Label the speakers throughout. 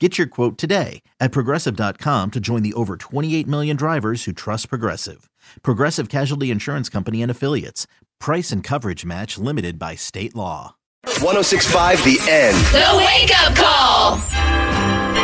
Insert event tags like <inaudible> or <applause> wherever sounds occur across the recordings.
Speaker 1: Get your quote today at progressive.com to join the over 28 million drivers who trust Progressive. Progressive Casualty Insurance Company and Affiliates. Price and coverage match limited by state law.
Speaker 2: 1065 The End.
Speaker 3: The Wake Up Call.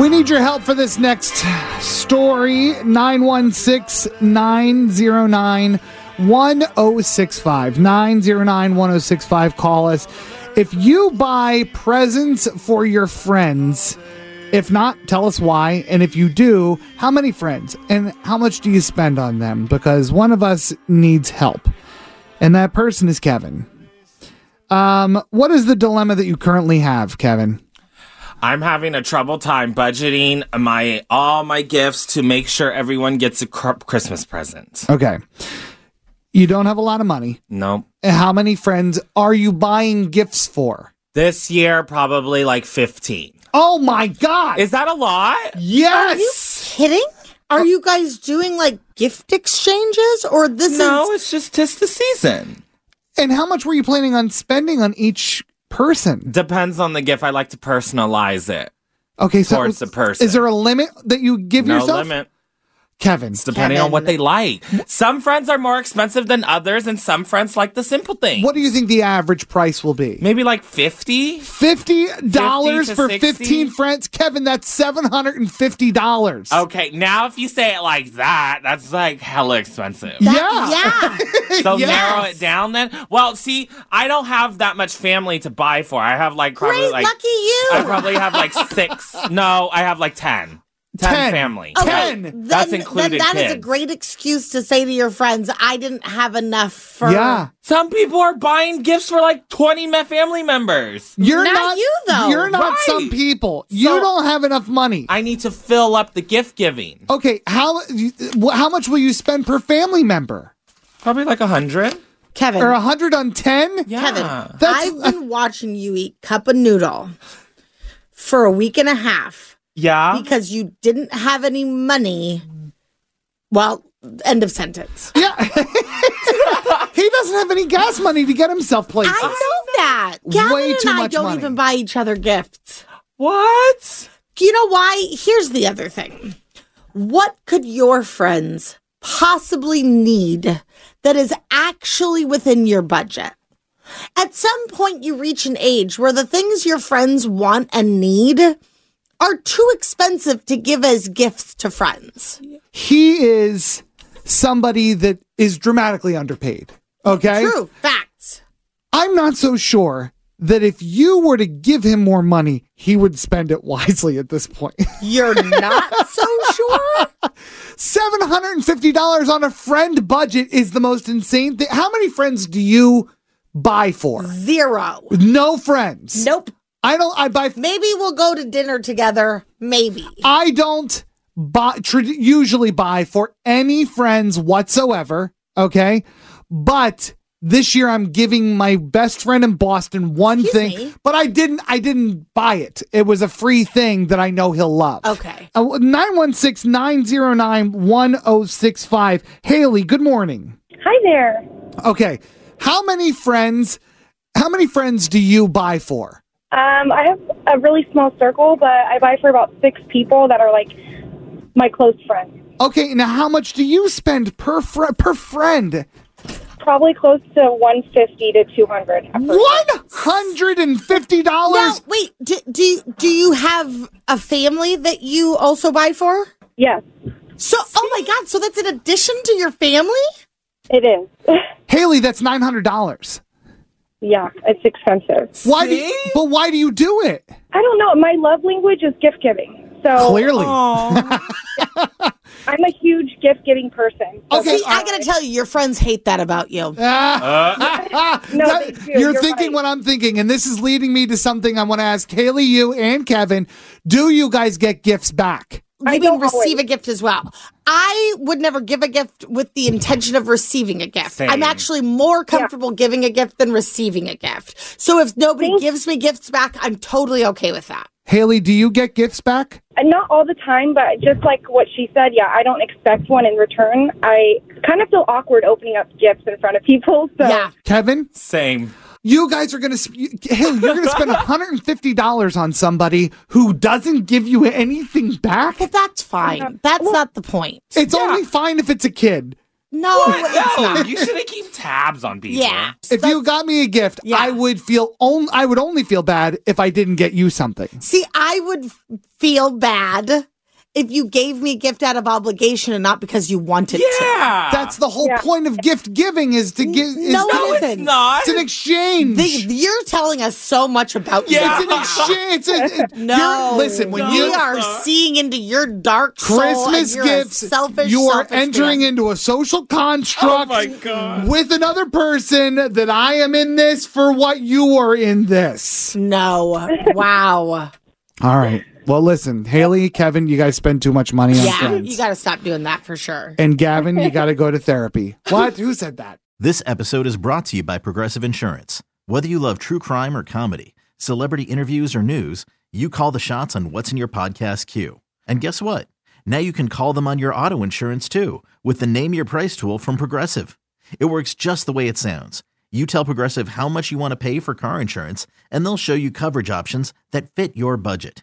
Speaker 4: We need your help for this next story 916 909 1065. 909 1065. Call us. If you buy presents for your friends, if not, tell us why. And if you do, how many friends and how much do you spend on them? Because one of us needs help. And that person is Kevin. Um, what is the dilemma that you currently have, Kevin?
Speaker 5: I'm having a trouble time budgeting my all my gifts to make sure everyone gets a cr- Christmas present.
Speaker 4: Okay. You don't have a lot of money.
Speaker 5: Nope.
Speaker 4: How many friends are you buying gifts for?
Speaker 5: This year probably like 15.
Speaker 4: Oh my God.
Speaker 5: Is that a lot?
Speaker 4: yes.
Speaker 6: kidding? Are you guys doing like gift exchanges or this
Speaker 5: No,
Speaker 6: is
Speaker 5: it's just tis the season.
Speaker 4: And how much were you planning on spending on each person?
Speaker 5: Depends on the gift. I like to personalize it.
Speaker 4: Okay. So
Speaker 5: Towards the person.
Speaker 4: Is there a limit that you give
Speaker 5: No
Speaker 4: yourself?
Speaker 5: limit.
Speaker 4: Kevin.
Speaker 5: It's depending on what they like. Some friends are more expensive than others, and some friends like the simple thing.
Speaker 4: What do you think the average price will be?
Speaker 5: Maybe like 50?
Speaker 4: Fifty dollars
Speaker 5: to
Speaker 4: for
Speaker 5: 60?
Speaker 4: fifteen friends, Kevin. That's seven hundred and fifty dollars.
Speaker 5: Okay, now if you say it like that, that's like hella expensive.
Speaker 4: <laughs> yeah,
Speaker 6: yeah.
Speaker 5: <laughs> So
Speaker 4: Yes.
Speaker 5: narrow it down then. Well, see, I don't have that much family to buy for. I have like probably
Speaker 6: Great,
Speaker 5: like
Speaker 6: lucky you.
Speaker 5: I probably have like
Speaker 6: <laughs>
Speaker 5: six. No, I have like ten. Ten,
Speaker 4: Ten.
Speaker 5: family.
Speaker 4: Okay.
Speaker 5: Right.
Speaker 4: Ten.
Speaker 5: That's included
Speaker 6: Then that is a
Speaker 5: kids.
Speaker 6: great excuse to say to your friends, "I didn't have enough for."
Speaker 4: yeah.
Speaker 5: Some people are buying gifts for like twenty me- family members.
Speaker 4: You're
Speaker 6: Not you, though.
Speaker 4: You're not
Speaker 5: Right.
Speaker 4: some people. you don't have enough money.
Speaker 5: I need to fill up the gift giving.
Speaker 4: Okay, how you- wh- how much will you spend per family member?
Speaker 5: Probably like a hundred.
Speaker 6: Kevin.
Speaker 4: Or a hundred on ten?
Speaker 5: Yeah.
Speaker 6: Kevin,
Speaker 4: That's- <laughs>
Speaker 6: I've been watching you eat cup of noodle for a week and a half
Speaker 5: Yeah.
Speaker 6: because you didn't have any money. Well, end of sentence.
Speaker 4: Yeah. <laughs> he doesn't have any gas money to get himself places.
Speaker 6: I know that. Gavin
Speaker 4: Way too
Speaker 6: and I
Speaker 4: much
Speaker 6: don't
Speaker 4: money.
Speaker 6: even buy each other gifts.
Speaker 5: what?
Speaker 6: You know why? Here's the other thing. What could your friends possibly need that is actually within your budget? At some point, you reach an age where the things your friends want and need are too expensive to give as gifts to friends.
Speaker 4: He is somebody that is dramatically underpaid. Okay.
Speaker 6: True facts.
Speaker 4: I'm not so sure that if you were to give him more money, he would spend it wisely at this point. <laughs>
Speaker 6: You're not so sure?
Speaker 4: $750 on a friend budget is the most insane thing. How many friends do you buy for?
Speaker 6: Zero.
Speaker 4: No friends.
Speaker 6: Nope.
Speaker 4: I don't. I buy.
Speaker 6: Maybe we'll go to dinner together. Maybe.
Speaker 4: I don't buy. Tr- usually buy for any friends whatsoever. Okay, but this year I'm giving my best friend in Boston one
Speaker 6: Excuse
Speaker 4: thing.
Speaker 6: me?
Speaker 4: But I didn't. I didn't buy it. It was a free thing that I know he'll love. Uh,
Speaker 6: Okay.
Speaker 4: Nine one six nine zero nine one zero six five. Haley, good morning.
Speaker 7: Hi there.
Speaker 4: Okay, how many friends? How many friends do you buy for?
Speaker 7: Um, I have a really small circle, but I buy for about six people that are like my close friends.
Speaker 4: Okay, now how much do you spend per fr- per friend?
Speaker 7: probably close to 150 to 200. a person.
Speaker 4: $150?
Speaker 6: Now, wait. Do, do do you have a family that you also buy for?
Speaker 7: Yes,
Speaker 6: So, oh my God! So that's an addition to your family.
Speaker 7: it is. <laughs>
Speaker 4: Haley, that's $900.
Speaker 7: yeah, it's expensive.
Speaker 4: Why do you,
Speaker 5: See?
Speaker 4: but why do you do it?
Speaker 7: I don't know. My love language is gift giving. So
Speaker 4: Clearly.
Speaker 5: Oh.
Speaker 4: <laughs>
Speaker 7: I'm a huge gift giving person. So
Speaker 4: Okay,
Speaker 6: See, I gotta tell you, your friends hate that about you.
Speaker 7: No,
Speaker 4: That-
Speaker 7: they do.
Speaker 4: you're,
Speaker 7: You're
Speaker 4: thinking
Speaker 7: right.
Speaker 4: what I'm thinking, and this is leading me to something I want to ask Haley, you, and Kevin. Do you guys get gifts back?
Speaker 6: you
Speaker 7: I
Speaker 6: mean
Speaker 7: don't
Speaker 6: receive
Speaker 7: always.
Speaker 6: a gift as well. I would never give a gift with the intention of receiving a gift. I'm
Speaker 5: Same.
Speaker 6: actually more comfortable giving a gift than receiving a gift. So if nobody gives me gifts back, I'm totally okay with that.
Speaker 4: Haley, do you get gifts back?
Speaker 7: And not all the time, but just like what she said, yeah, I don't expect one in return. I kind of feel awkward opening up gifts in front of people. So
Speaker 6: Yeah.
Speaker 4: Kevin,
Speaker 5: <laughs> Same.
Speaker 4: you guys are gonna sp- you- Haley, you're gonna spend 150 dollars on somebody who doesn't give you anything back.
Speaker 6: But that's fine. That's not the point.
Speaker 4: It's only fine if it's a kid.
Speaker 6: No, it's
Speaker 5: No,
Speaker 6: not.
Speaker 5: you shouldn't keep tabs on people.
Speaker 6: Yeah.
Speaker 4: If you got me a gift,
Speaker 6: Yeah.
Speaker 4: I would feel on- I would only feel bad if I didn't get you something.
Speaker 6: See, I would f- feel bad if you gave me a gift out of obligation and not because you wanted to.
Speaker 5: Yeah.
Speaker 4: That's the whole point of gift giving is to give. Is
Speaker 6: Ah. No,
Speaker 4: to-
Speaker 6: it
Speaker 5: it's
Speaker 6: isn't.
Speaker 5: not.
Speaker 4: It's an exchange.
Speaker 6: The- you're telling us so much about you.
Speaker 5: Yeah.
Speaker 4: It's <laughs> an exchange. It's
Speaker 6: <laughs>
Speaker 4: a, it-
Speaker 6: No.
Speaker 4: you're- listen, when
Speaker 5: No.
Speaker 4: you
Speaker 6: we are seeing into your dark soul
Speaker 4: Christmas
Speaker 6: and you're a
Speaker 4: gifts,
Speaker 6: selfish,
Speaker 4: you are
Speaker 6: selfish
Speaker 4: entering
Speaker 6: man.
Speaker 4: into a social construct
Speaker 5: Oh my God.
Speaker 4: with another person that I am in this for what you are in this.
Speaker 6: No.
Speaker 4: <laughs>
Speaker 6: Wow.
Speaker 4: All right. Well, listen, Haley, Kevin, you guys spend too much money on
Speaker 6: yeah.
Speaker 4: friends.
Speaker 6: You got to stop doing that for sure.
Speaker 4: and Gavin, you got to go to therapy. What? Who said that?
Speaker 1: This episode is brought to you by Progressive Insurance. Whether you love true crime or comedy, celebrity interviews or news, you call the shots on what's in your podcast queue. And guess what? Now you can call them on your auto insurance too with the Name Your Price tool from Progressive. It works just the way it sounds. You tell Progressive how much you want to pay for car insurance, and they'll show you coverage options that fit your budget.